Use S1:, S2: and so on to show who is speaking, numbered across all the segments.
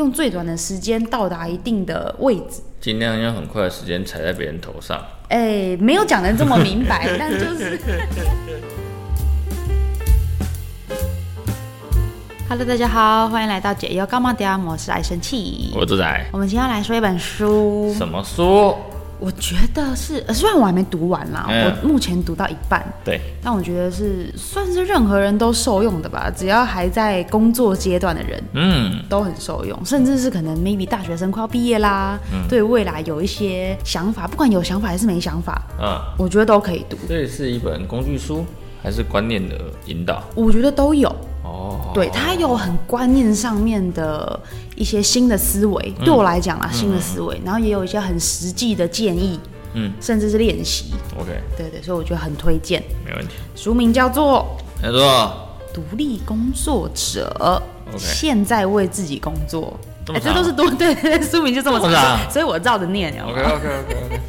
S1: 用最短的时间到达一定的位置。
S2: 尽量用很快的时间踩在别人头上。
S1: 哎、没有讲的这么明白， 但就是
S3: Hello，大家好，欢迎来到解忧干嘛的，我是爱生气。
S2: 我这仔，
S3: 我们今天要来说一本书，
S2: 怎么说？
S3: 我觉得是，呃虽然我还没读完啦，
S2: 嗯
S3: 我目前读到一半，
S2: 对，
S3: 但我觉得是算是任何人都受用的吧，只要还在工作阶段的人
S2: 嗯，
S3: 都很受用，甚至是可能 maybe 大学生快要毕业啦，
S2: 嗯
S3: 对未来有一些想法，不管有想法还是没想法，
S2: 啊，
S3: 我觉得都可以读，
S2: 这是一本工具书，还是观念的引导？
S3: 我觉得都有。
S2: 哦，
S3: 对，它有很观念上面的一些新的思维，
S2: 嗯
S3: 对我来讲啊，新的思维，然后也有一些很实际的建议，
S2: 嗯
S3: 甚至是练习，
S2: ，OK，
S3: 对对，所以我觉得很推荐。
S2: 没问题。
S3: 书名叫做
S2: 他说，
S3: 《独立工作者
S2: OK
S3: 现在为自己工作》。
S2: 这
S3: 哎
S2: 么，啊
S3: 这都是多对，对对书名就这么
S2: 这么
S3: 长
S2: 长，啊
S3: 所以我照着念哦。
S2: OK，OK，OK，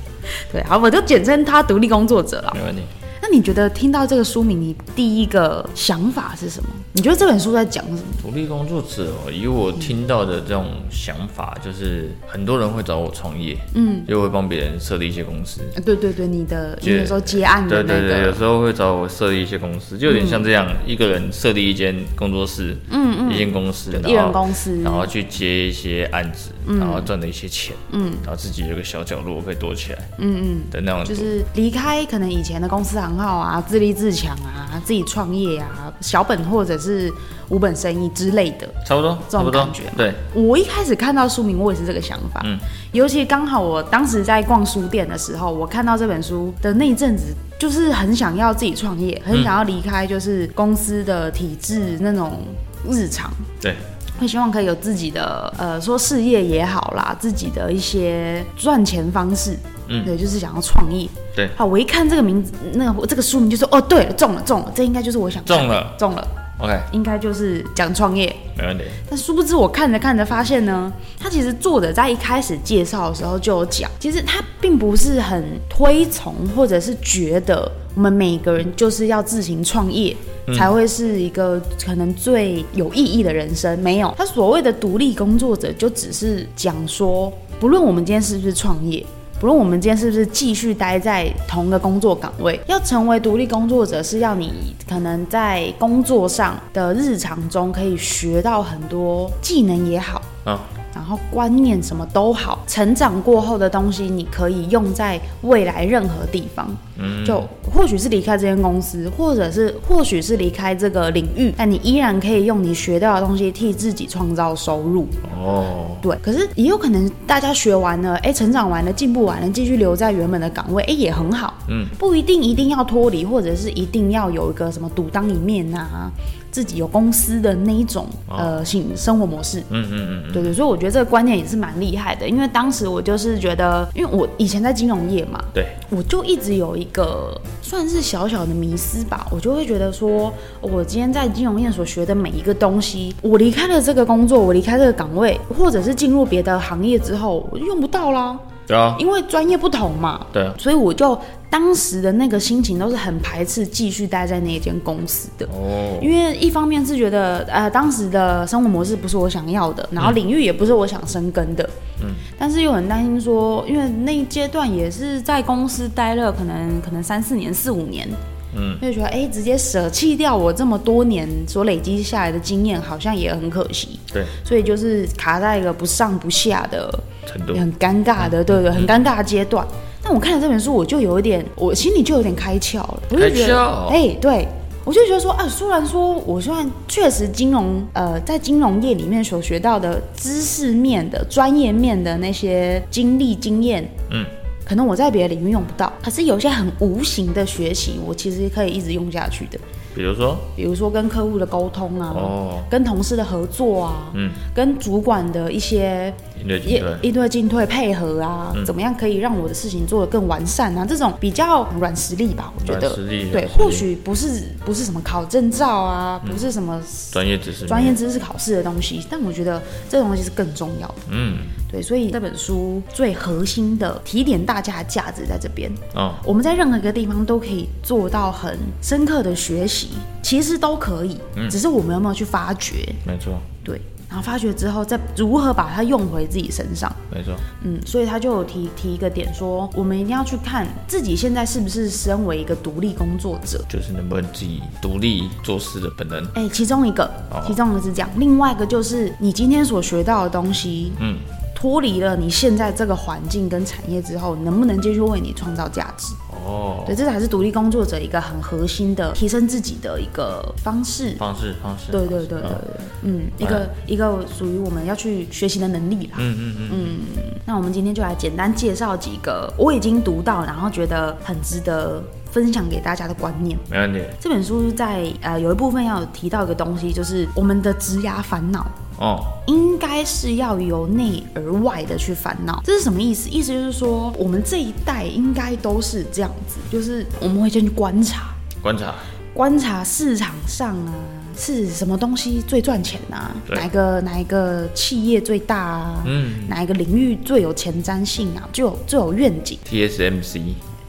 S3: 对，好，我就简称他独立工作者了。
S2: 没问题。
S3: 那你觉得听到这个书名，你第一个想法是什么？你觉得这本书在讲什么？
S2: 独立工作者哦，以我听到的这种想法，就是很多人会找我创业，嗯，就会帮别人设立一些公司。
S3: 呃对对对，你的你有时候接案的
S2: 对
S3: 那个，嗯
S2: 对对，有时候会找我设立一些公司，就有点像这样，一个人设立一间工作室，嗯嗯，一间公司，然后
S3: 一人公司
S2: 然后去接一些案子，
S3: 嗯
S2: 然后赚了一些钱，嗯，然后自己有个小角落可以躲起来，嗯嗯的那种，
S3: 就是离开可能以前的公司行号啊，自立自强啊，自己创业啊，小本或者是无本生意之类的。
S2: 差不多，
S3: 这
S2: 差不
S3: 种
S2: 多
S3: 感觉嘛，
S2: 对，
S3: 我一开始看到书名，我也是这个想法。
S2: 嗯
S3: 尤其刚好我当时在逛书店的时候，我看到这本书的那一阵子，就是很想要自己创业，很想要离开就是公司的体制那种日常。
S2: 对，
S3: 会希望可以有自己的呃，说事业也好啦，自己的一些赚钱方式，
S2: 嗯
S3: 对，就是想要创业。
S2: 对
S3: 好，我一看这个名字，那个这个书名就说，哦，对了，中了，中了，这应该就是我想
S2: 中了
S3: 中了，
S2: ，OK，
S3: 应该就是讲创业。
S2: 没问题，
S3: 但殊不知，我看着看着发现呢，他其实作者在一开始介绍的时候就有讲，其实他并不是很推崇，或者是觉得我们每个人就是要自行创业。才会是一个可能最有意义的人生。没有，他所谓的独立工作者，就只是讲说，不论我们今天是不是创业，不论我们今天是不是继续待在同个工作岗位，要成为独立工作者，是要你可能在工作上的日常中可以学到很多技能也好，
S2: 啊，
S3: 然后观念什么都好，成长过后的东西，你可以用在未来任何地方。嗯，就或许是离开这间公司，或者是或许是离开这个领域，但你依然可以用你学到的东西替自己创造收入。
S2: 哦，
S3: 对，可是也有可能大家学完了，哎，成长完了，进步完了，继续留在原本的岗位，哎，也很好。
S2: 嗯，
S3: 不一定一定要脱离，或者是一定要有一个什么独当一面啊，自己有公司的那一种、呃性生活模式。
S2: 哦嗯嗯嗯
S3: 对对，所以我觉得这个观念也是蛮厉害的，因为当时我就是觉得，因为我以前在金融业嘛，
S2: 对，
S3: 我就一直有一个算是小小的迷思吧，我就会觉得说，我今天在金融业所学的每一个东西，我离开了这个工作，我离开这个岗位，或者是进入别的行业之后，我就用不到啦，
S2: 对啊，
S3: 因为专业不同嘛。
S2: 对啊，
S3: 所以我就当时的那个心情都是很排斥继续待在那一间公司的。
S2: 哦，
S3: 因为一方面是觉得呃当时的生活模式不是我想要的，然后领域也不是我想深耕的，嗯，但是又很担心说，因为那一阶段也是在公司待了可能可能三四年四五年，
S2: 嗯，
S3: 就觉得哎、直接舍弃掉我这么多年所累积下来的经验，好像也很可惜，
S2: 对，
S3: 所以就是卡在一个不上不下的
S2: 程度，
S3: 很尴尬的，对对，很尴尬的阶段。但我看了这本书，我就有一点，我心里就有点开窍了。我就觉
S2: 开
S3: 得
S2: 窍，
S3: 哎、对，我就觉得说，啊，虽然说我虽然确实金融，呃，在金融业里面所学到的知识面的、专业面的那些经历经验，
S2: 嗯，
S3: 可能我在别的领域用不到，可是有一些很无形的学习，我其实可以一直用下去的。
S2: 比如说，
S3: 比如说跟客户的沟通啊，
S2: 哦，
S3: 跟同事的合作啊，
S2: 嗯，
S3: 跟主管的一些
S2: 应对嗯进
S3: 也
S2: 退，
S3: 应对进退配合啊，怎么样可以让我的事情做得更完善啊？这种比较软实力吧，我觉得
S2: 软实力
S3: 对，
S2: 软实力嗯
S3: 或许不是不是什么考证照啊，不是什么
S2: 专业知识，
S3: 专业，知识考试的东西，但我觉得这种东西是更重要的。
S2: 嗯，
S3: 对，所以这本书最核心的提点大家的价值在这边。
S2: 哦，
S3: 我们在任何一个地方都可以做到很
S2: 嗯
S3: 深刻的学习，其实都可以，只是我们有没有去发掘。
S2: 没错，
S3: 对，然后发掘之后再如何把它用回自己身上。
S2: 没错，
S3: 嗯，所以他就有提提一个点说，我们一定要去看自己现在是不是身为一个独立工作者。
S2: 就是能不能自己独立做事的本能。
S3: 哎、其中一个，
S2: 哦
S3: 其中一个是这样，另外一个就是你今天所学到的东西，
S2: 嗯，
S3: 脱离了你现在这个环境跟产业之后，能不能继续为你创造价值？
S2: 哦，
S3: 对，这才是独立工作者一个很核心的提升自己的一个方式。
S2: 方式方式。
S3: 对
S2: 方
S3: 对
S2: 式
S3: 对对
S2: 嗯
S3: 对，嗯，一个一个属于我们要去学习的能力啦。
S2: 嗯嗯嗯嗯，
S3: 那我们今天就来简单介绍几个我已经读到，然后觉得很值得分享给大家的观念。
S2: 没问题。
S3: 这本书在呃有一部分要有提到一个东西，就是我们的职涯烦恼。
S2: 哦，
S3: 应该是要由内而外的去烦恼，这是什么意思？意思就是说，我们这一代应该都是这样子，就是我们会先去观察，
S2: 观察，
S3: 观察市场上啊，是什么东西最赚钱啊？
S2: 对
S3: 哪一个哪一个企业最大啊？
S2: 嗯
S3: 哪一个领域最有前瞻性啊？最有最有愿景？
S2: ，TSMC，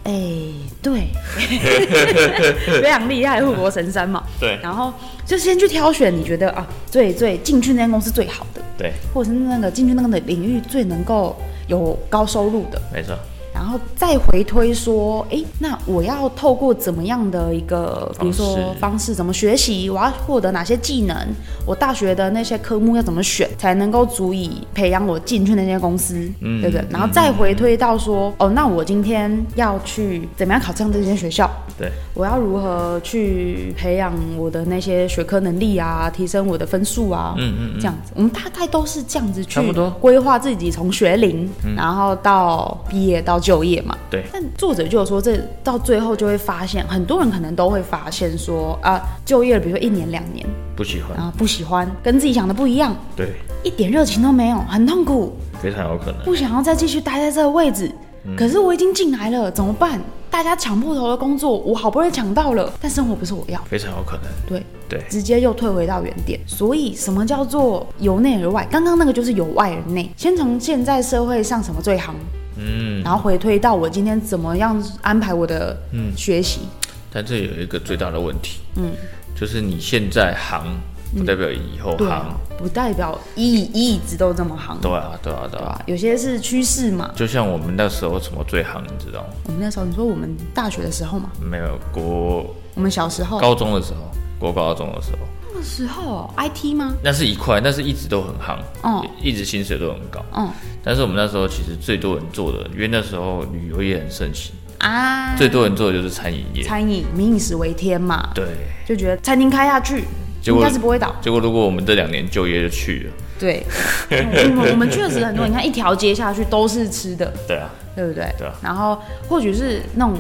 S3: 哎、 对，非常厉害，护国神山嘛。
S2: 对
S3: 然后就先去挑选你觉得啊，最最进去那间公司最好的，
S2: 对，
S3: 或者是那个进去那个领域最能够有高收入的。
S2: 没错，
S3: 然后再回推说，诶，那我要透过怎么样的一个，比如说
S2: 方式
S3: 方式，怎么学习，我要获得哪些技能，我大学的那些科目要怎么选，才能够足以培养我进去那些公司，
S2: 嗯
S3: 对不对？然后再回推到说，哦，那我今天要去怎么样考上这间学校？
S2: 对，
S3: 我要如何去培养我的那些学科能力啊，提升我的分数啊，
S2: 嗯嗯嗯
S3: 这样子，我们大概都是这样子去
S2: 差不多嗯
S3: 规划自己从学龄，然后到毕业到就业嘛。
S2: 对，
S3: 但作者就有说，这到最后就会发现，很多人可能都会发现说，啊、就业了，比如说一年两年，
S2: 不喜欢
S3: 然，后不喜欢，跟自己想的不一样，
S2: 对，
S3: 一点热情都没有，很痛苦，
S2: 非常有可能。
S3: 不想要再继续待在这个位置。
S2: 嗯
S3: 可是我已经进来了，怎么办？大家抢破头的工作，我好不容易抢到了，但生活不是我要，
S2: 非常有可能，
S3: 对，
S2: 对，
S3: 直接又退回到原点。所以，什么叫做由内而外？刚刚那个就是由外而内，先从现在社会上什么最行，
S2: 嗯，
S3: 然后回推到我今天怎么样安排我的
S2: 嗯
S3: 学习。
S2: 但这有一个最大的问题，嗯，就是你现在行不代表以后
S3: 对
S2: 行
S3: 啊，，不代表一一直都这么行，
S2: 对啊，对啊，对
S3: 对
S2: 啊，
S3: 吧？有些是趋势嘛。
S2: 就像我们那时候什么最行，你知道吗？
S3: 我们那时候，你说我们大学的时候嘛，
S2: 没有国
S3: 我们小时候
S2: 高中的时候，国高中的时候，
S3: 那个时候 IT 吗？
S2: 那是一块，但是一直都很行，
S3: 嗯
S2: 一直薪水都很高。
S3: 嗯
S2: 但是我们那时候其实最多人做的，因为那时候旅游业很盛行，
S3: 啊，
S2: 最多人做的就是嗯餐饮业。
S3: 餐饮民以食为天嘛，
S2: 对，
S3: 就觉得餐厅开下去
S2: 结
S3: 应
S2: 果
S3: 该是不会倒。
S2: 结果如果我们这两年就业就去了，
S3: 对，我们我们确实很 多，你看一条街下去都是吃的，
S2: 对啊，
S3: 对不对？
S2: 对啊
S3: 然后或许是那种。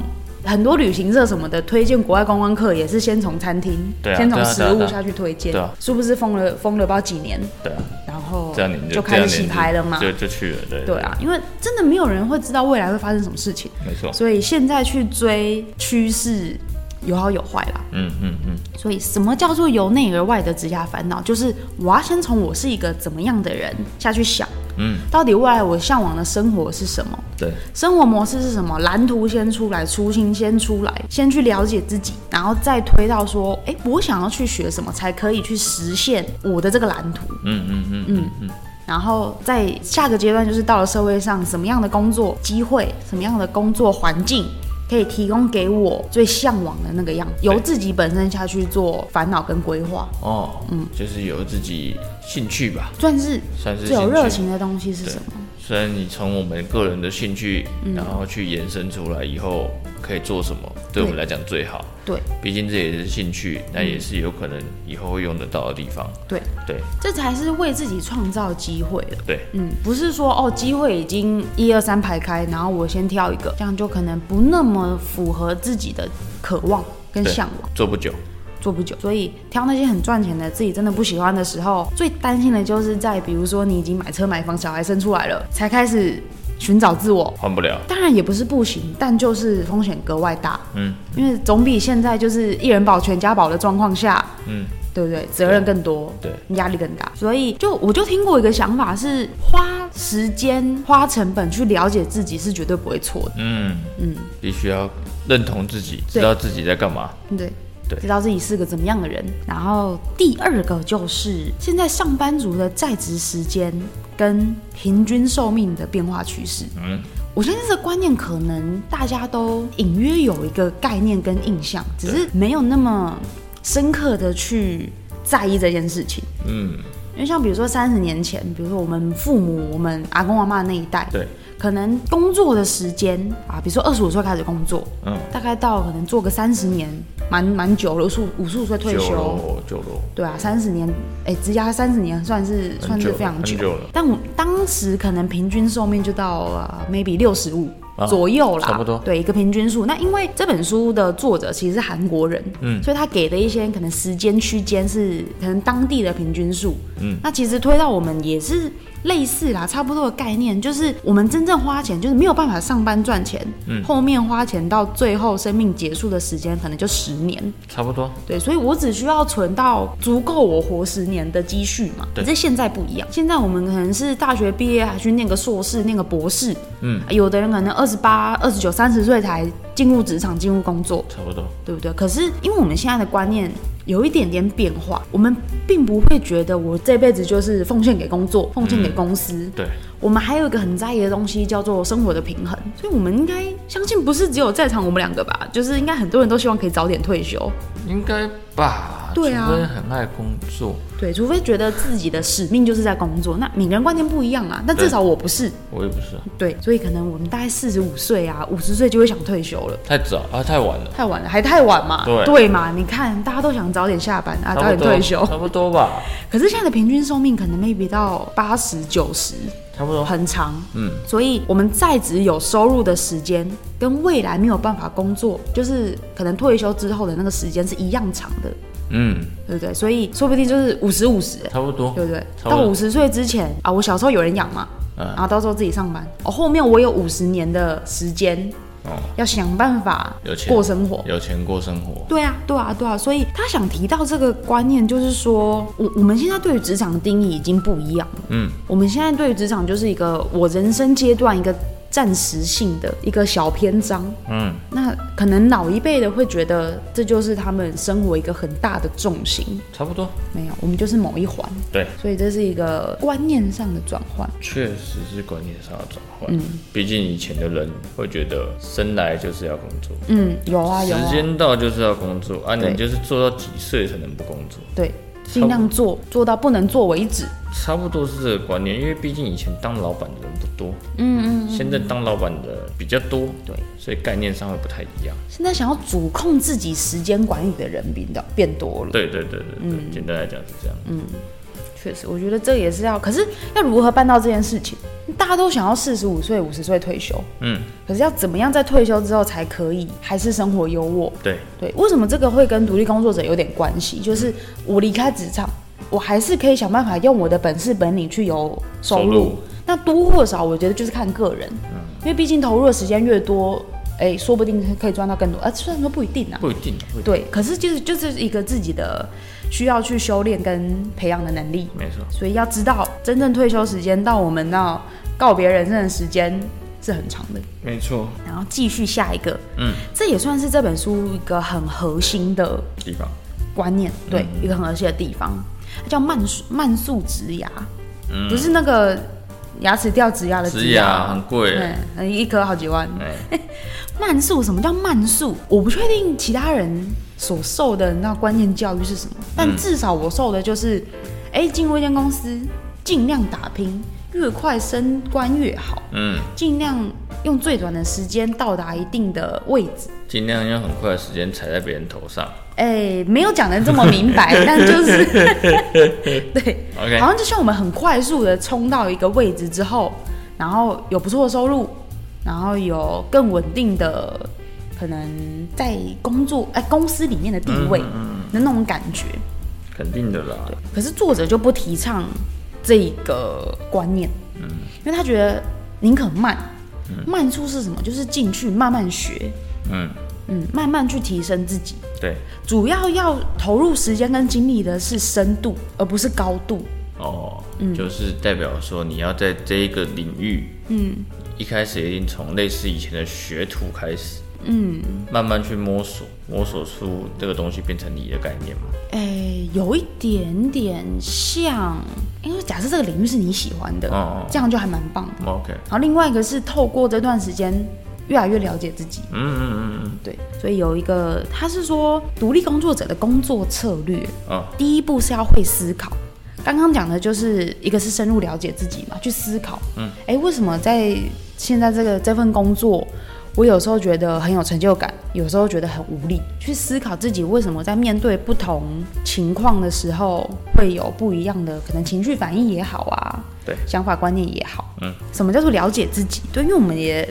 S3: 很多旅行社什么的推荐国外观光客，也是先从餐厅，
S2: 对啊
S3: 先从
S2: 对啊
S3: 食
S2: 对啊对
S3: 物
S2: 啊
S3: 下去推荐，
S2: 对啊
S3: 殊不知封了封了不知道几年，
S2: 对啊，
S3: 然后
S2: 这两年就
S3: 开始洗牌了嘛
S2: 这，两年就就就去了，对
S3: 对啊，因为真的没有人会知道未来会发生什么事情，
S2: 没错，
S3: 所以现在去追趋势有好有坏啦。
S2: 嗯嗯嗯，
S3: 所以，什么叫做由内而外的职涯烦恼？就是我要先从我是一个怎么样的人下去想，
S2: 嗯，
S3: 到底未来我向往的生活是什么，
S2: 对，
S3: 生活模式是什么，蓝图先出来，初心先出来，先去了解自己，然后再推到说，诶，我想要去学什么，才可以去实现我的这个蓝图。
S2: 嗯嗯嗯嗯嗯，
S3: 然后在下个阶段就是到了社会上，什么样的工作机会，什么样的工作环境。可以提供给我最向往的那个样，由自己本身下去做烦恼跟规划，
S2: 哦，嗯，就是有自己兴趣吧，
S3: 算是
S2: 算是
S3: 最有
S2: 兴趣
S3: 热情的东西是什么？
S2: 虽然你从我们个人的兴趣，
S3: 嗯
S2: 然后去延伸出来以后可以做什么，对我们来讲最好。
S3: 对
S2: 毕竟这也是兴趣，那也是有可能以后会用得到的地方。
S3: 对，
S2: 对
S3: 这才是为自己创造机会了。
S2: 对，
S3: 嗯，不是说哦，机会已经一二三排开，然后我先挑一个，这样就可能不那么符合自己的渴望跟
S2: 对
S3: 向往，
S2: 做不久，
S3: 做不久。所以挑那些很赚钱的，自己真的不喜欢的时候，最担心的就是在比如说你已经买车买房，小孩生出来了，才开始寻找自我。
S2: 换不了。
S3: 当然也不是不行，但就是风险格外大。
S2: 嗯，
S3: 因为总比现在就是一人保全家保的状况下，
S2: 嗯，
S3: 对不对？责任更多，
S2: 对，
S3: 压力更大。所以就我就听过一个想法是，花时间、花成本去了解自己是绝对不会错的。
S2: 嗯嗯，必须要认同自己，知道自己在干嘛。
S3: 对，
S2: 对
S3: 知道自己是个怎么样的人。然后第二个就是现在上班族的在职时间跟平均寿命的变化趋势。
S2: 嗯，
S3: 我相信这个观念可能大家都隐约有一个概念跟印象，只是没有那么深刻的去在意这件事情。
S2: 嗯，
S3: 因为像比如说三十年前，比如说我们父母、我们阿公阿妈那一代，
S2: 对，
S3: 可能工作的时间啊，比如说二十五岁开始工作，
S2: 嗯，
S3: 大概到可能做个三十年，蛮蛮久了，五十五十五岁退
S2: 九
S3: 休，
S2: 楼九楼，
S3: 对啊，三十年，哎、职涯三十年算是算是
S2: 久
S3: 非常
S2: 很
S3: 久，
S2: 久了
S3: 但我当时可能平均寿命就到呃 maybe 六十五
S2: 啊
S3: 左右啦，
S2: 差不多
S3: 对一个平均数。那因为这本书的作者其实是韩国人，
S2: 嗯
S3: 所以他给的一些可能时间区间是可能当地的平均数，
S2: 嗯，
S3: 那其实推到我们也是类似啦，差不多的概念，就是我们真正花钱就是没有办法上班赚钱，
S2: 嗯
S3: 后面花钱到最后生命结束的时间可能就十年，
S2: 差不多，
S3: 对，所以我只需要存到足够我活十年的积蓄嘛。
S2: 对
S3: 可是现在不一样，现在我们可能是大学毕业还去念个硕士、念个博士，啊
S2: 嗯，
S3: 有的人可能二十八、二十九、三十岁才进入职场、进入工作，
S2: 差不多，
S3: 对不对？可是因为我们现在的观念。有一点点变化，我们并不会觉得我这辈子就是奉献给工作、奉献给公司，
S2: 嗯对，
S3: 我们还有一个很在意的东西叫做生活的平衡，所以我们应该相信不是只有在场我们两个吧，就是应该很多人都希望可以早点退休，
S2: 应该吧？
S3: 对啊
S2: 除非很爱工作，
S3: 对，除非觉得自己的使命就是在工作，那每个人观念不一样啊。但至少我不是，
S2: 我也不是，
S3: 对，所以可能我们大概四十五岁啊，五十岁就会想退休了，
S2: 太早啊，太晚了，
S3: 太晚了，还太晚嘛？
S2: 对
S3: 嘛？你看，大家都想早点下班啊，早
S2: 差
S3: 点
S2: 不多
S3: 退休。
S2: 差不多吧，
S3: 可是现在的平均寿命可能 maybe 到八十九十，
S2: 差 不多，
S3: 很长。
S2: 嗯，
S3: 所以我们在职有收入的时间，跟未来没有办法工作，就是可能退休之后的那个时间是一样长的，
S2: 嗯，
S3: 对不对？所以说不定就是五十五十，
S2: 差不多，
S3: 对不对？
S2: 哦差不
S3: 到
S2: 多
S3: 五十岁之前啊，我小时候有人养嘛，
S2: 嗯
S3: 然后到时候自己上班。哦，后面我有五十年的时间
S2: 哦，
S3: 要想办法
S2: 有钱
S3: 过生活。
S2: 有钱过生活，
S3: 对啊，对啊，对啊，所以他想提到这个观念，就是说，我我们现在对于职场的定义已经不一样了。
S2: 嗯，
S3: 我们现在对于职场就是一个我人生阶段一个暂时性的一个小篇章。
S2: 嗯，
S3: 那可能老一辈的会觉得这就是他们生活一个很大的重心，
S2: 差不多，
S3: 没有，我们就是某一环。
S2: 对，
S3: 所以这是一个观念上的转换。
S2: 确实是观念上的转换。
S3: 嗯
S2: 毕竟以前的人会觉得生来就是要工作，
S3: 嗯，有啊有
S2: 时
S3: 啊，
S2: 间到就是要工作啊，
S3: 对
S2: 你就是做到几岁才能不工作，
S3: 对，尽量做做到不能做为止。
S2: 差不多是这个观念。因为毕竟以前当老板的人不多，
S3: 嗯嗯，
S2: 现在当老板的比较多，
S3: 对，
S2: 所以概念上会不太一样。
S3: 现在想要主控自己时间管理的人比较变多了。
S2: 对对对对对，简单来讲是这样。
S3: 确实，我觉得这也是要，可是要如何办到这件事情？大家都想要四十五岁、五十岁退休，
S2: 嗯，
S3: 可是要怎么样在退休之后才可以还是生活优渥？
S2: 对，
S3: 对，为什么这个会跟独立工作者有点关系？就是我离开职场，我还是可以想办法用我的本事本领去有收入。
S2: 收入嗯
S3: 那多或少，我觉得就是看个人，因为毕竟投入的时间越多，哎、说不定可以赚到更多。啊，虽然说不一定啊，
S2: 不一定啊，不一定，
S3: 对，可是就是就是一个自己的需要去修炼跟培养的能力。
S2: 没错，
S3: 所以要知道，真正退休时间到我们到告别人生的时间是很长的。
S2: 没错，
S3: 然后继续下一个，
S2: 嗯，
S3: 这也算是这本书一个很核心的
S2: 地方，
S3: 观念，
S2: 嗯
S3: 对，一个很核心的地方，它叫慢速慢速植牙，不是那个牙齿掉植牙的
S2: 嗯植牙
S3: 牙
S2: 啊很，贵，
S3: 对，嗯一颗好几万。
S2: 哎，
S3: 慢速什么叫慢速？我不确定其他人所受的那观念教育是什么，
S2: 嗯
S3: 但至少我受的就是，哎、进入一间公司尽量打拼，越快升官越好，
S2: 嗯，
S3: 尽量用最短的时间到达一定的位置。
S2: 尽量用很快的时间踩在别人头上。
S1: 哎，没有讲的这么明白，但就是
S3: 对
S2: OK
S3: 好像就像我们很快速的冲到一个位置之后，然后有不错的收入，然后有更稳定的可能在工作哎、公司里面的地位的那种感觉。
S2: 肯定的啦，
S3: 可是作者就不提倡这个观念，
S2: 嗯
S3: 因为他觉得宁可慢，慢速是什么？就是进去慢慢学，
S2: 嗯，
S3: 嗯，慢慢去提升自己。
S2: 对，
S3: 主要要投入时间跟精力的是深度，而不是高度。
S2: 哦，就是代表说你要在这一个领域，嗯，一开始一定从类似以前的学徒开始，嗯，慢慢去摸索，摸索出这个东西变成你的概念嘛。
S3: 哎、有一点点像，因为假设这个领域是你喜欢的，
S2: 哦哦
S3: 这样就还蛮棒的。
S2: OK，
S3: 然后另外一个是透过这段时间越来越了解自己，
S2: 嗯嗯嗯
S3: 对，所以有一个他是说独立工作者的工作策略，
S2: 嗯，啊，
S3: 第一步是要会思考。刚刚讲的就是一个是深入了解自己嘛，去思考，嗯，哎，为什么在现在这个这份工作，我有时候觉得很有成就感，有时候觉得很无力，去思考自己为什么在面对不同情况的时候会有不一样的可能情绪反应也好啊，
S2: 对
S3: 想法观念也好，
S2: 嗯，
S3: 什么叫做了解自己？对，因为我们也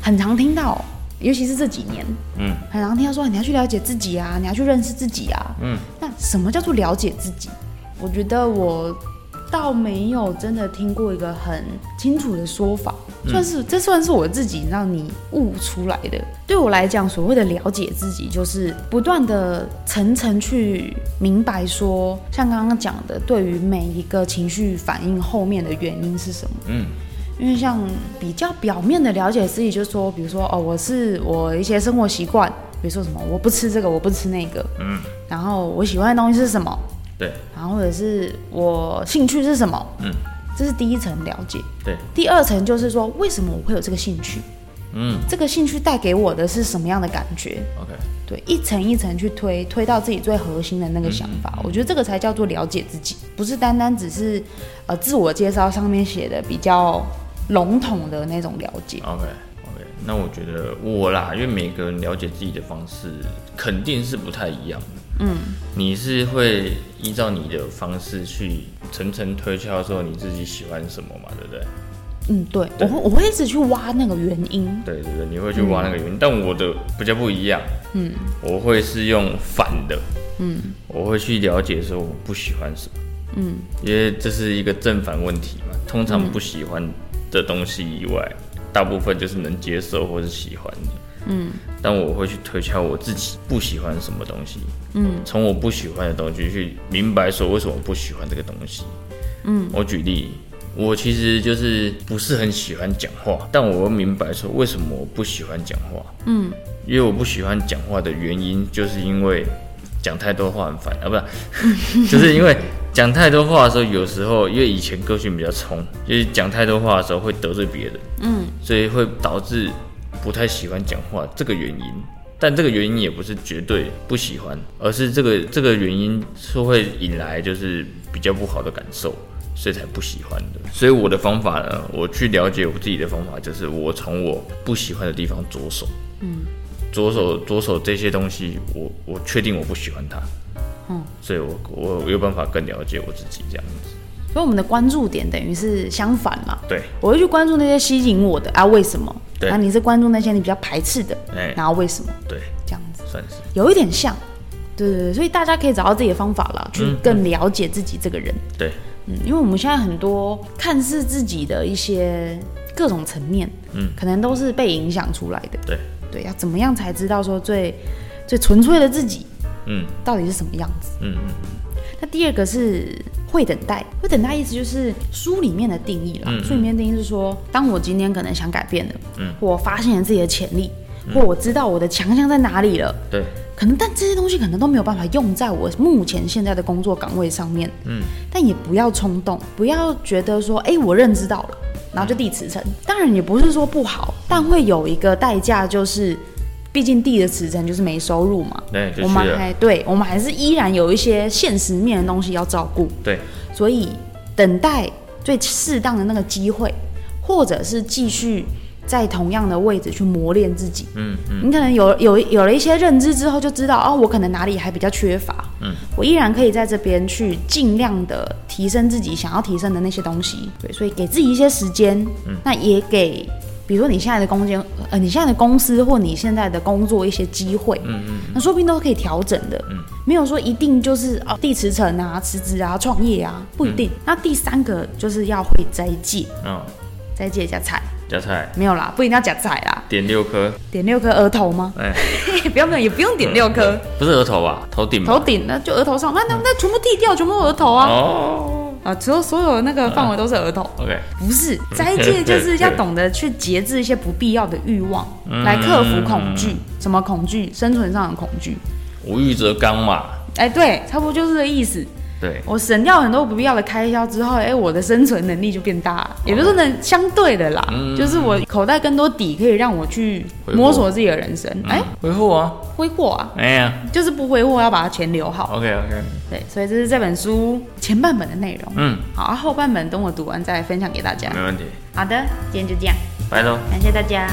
S3: 很常听到，尤其是这几年，
S2: 嗯，
S3: 很常听到说你要去了解自己啊，你要去认识自己啊，嗯，那什么叫做了解自己？我觉得我倒没有真的听过一个很清楚的说法，算是这算是我自己让你悟出来的。对我来讲，所谓的了解自己，就是不断的层层去明白说，像刚刚讲的，对于每一个情绪反应后面的原因是什么。
S2: 嗯，
S3: 因为像比较表面的了解自己，就是说，比如说哦，我是我一些生活习惯，比如说什么我不吃这个，我不吃那个，嗯，然后我喜欢的东西是什么，
S2: 对
S3: 然后或者是我兴趣是什么，
S2: 嗯，
S3: 这是第一层了解。
S2: 对，
S3: 第二层就是说，为什么我会有这个兴趣？
S2: 嗯
S3: 这个兴趣带给我的是什么样的感觉？
S2: ，OK，
S3: 对，一层一层去推，推到自己最核心的那个想法，
S2: 嗯
S3: 我觉得这个才叫做了解自己，不是单单只是呃自我介绍上面写的比较笼统的那种了解。
S2: OK OK，那我觉得我啦，因为每个人了解自己的方式肯定是不太一样的。嗯，你是会依照你的方式去层层推敲，说你自己喜欢什么嘛，对不对？
S3: 嗯，对，
S2: 对
S3: 我会我会一直去挖那个原因。
S2: 对对对，你会去挖那个原因，但我的比较不一样。嗯，我会是用反的。嗯，我会去了解说我不喜欢什么。嗯，因为这是一个正反问题嘛。通常不喜欢的东西以外，大部分就是能接受或是喜欢的。嗯，但我会去推敲我自己不喜欢什么东西。嗯，从我不喜欢的东西去明白说为什么我不喜欢这个东西。我举例，我其实就是不是很喜欢讲话，但我又明白说为什么我不喜欢讲话。嗯，因为我不喜欢讲话的原因，就是因为讲太多话很烦啊，不 是，就是因为讲太多话的时候，有时候因为以前个性比较冲，就是讲太多话的时候会得罪别人。嗯，所以会导致不太喜欢讲话这个原因。但这个原因也不是绝对不喜欢，而是这个这个原因是会引来就是比较不好的感受，所以才不喜欢的。所以我的方法呢，我去了解我自己的方法就是我从我不喜欢的地方着手，嗯，着手着手这些东西，我我确定我不喜欢它，
S3: 嗯，
S2: 所以我我我有办法更了解我自己这样子，
S3: 所以我们的关注点等于是相反嘛。
S2: 对，
S3: 我会去关注那些吸引我的啊，为什么？
S2: 对
S3: 啊，你是关注那些你比较排斥的，
S2: 哎
S3: 然后为什么
S2: 对，
S3: 这样子？
S2: 算是
S3: 有一点像，对对对，所以大家可以找到自己的方法啦，
S2: 嗯
S3: 去更了解自己这个人。
S2: 对，
S3: 嗯，因为我们现在很多看似自己的一些各种层面，嗯，可能都是被影响出来的。
S2: 对，
S3: 对，要怎么样才知道说最最纯粹的自己
S2: 嗯
S3: 到底是什么样子？
S2: 嗯嗯
S3: 那第二个是会等待，会等待意思就是书里面的定义啦。
S2: 嗯
S3: 书里面的定义是说，当我今天可能想改变了，嗯，我发现了自己的潜力，
S2: 嗯
S3: 或我知道我的强项在哪里了，
S2: 对，
S3: 可能但这些东西可能都没有办法用在我目前现在的工作岗位上面。嗯，但也不要冲动，不要觉得说，哎、我认知到了，然后就递辞呈。当然也不是说不好，但会有一个代价，就是毕竟递的辞呈就是没收入嘛。
S2: 对就
S3: 我
S2: 是
S3: 们
S2: 了
S3: 还对我们还是依然有一些现实面的东西要照顾，
S2: 对，
S3: 所以等待最适当的那个机会，或者是继续。在同样的位置去磨练自己，
S2: 嗯嗯
S3: 你可能有有有了一些认知之后，就知道哦，我可能哪里还比较缺乏，嗯，我依然可以在这边去尽量的提升自己想要提升的那些东西，对，所以给自己一些时间，嗯，那也给。比如说你现在的空间，呃，你现在的公司或你现在的工作一些机会，嗯嗯，那说不定都可以调整的，嗯，没有说一定就是哦，地辞呈啊、辞职啊、创业啊，不一定。那第三个就是要会斋戒，
S2: 嗯，
S3: 斋戒加菜，
S2: 加菜
S3: 没有啦，不一定要加菜啦，
S2: 点六颗，
S3: 点六颗额头吗？ 嗯
S2: 哎。
S3: 不要没有，也不用点六颗，
S2: 不是额头吧？头顶吧
S3: 头顶那就额头上，那那那全部剃掉，全部额头啊。
S2: 哦，
S3: 啊，只有所有那个范围都是儿童。
S2: OK，
S3: 不是斋戒，就是要懂得去节制一些不必要的欲望，来克服恐惧。什么恐惧？生存上的恐惧。
S2: 无欲则刚嘛。
S3: 哎，对，差不多就是这个意思。
S2: 对，
S3: 我省掉很多不必要的开销之后，哎、我的生存能力就变大了，也不是能相对的啦，就是我口袋更多底，可以让我去
S2: 挥霍
S3: 摸索自己的人生。哎、
S2: 挥霍啊，
S3: 挥霍啊，
S2: 哎呀
S3: 就是不挥霍要把钱留好。
S2: ，OK OK，
S3: 对，所以这是这本书前半本的内容。
S2: 嗯，
S3: 好，啊后半本等我读完再分享给大家。
S2: 没问题，
S3: 好的，今天就这样，
S2: 拜喽。
S3: 感谢大家，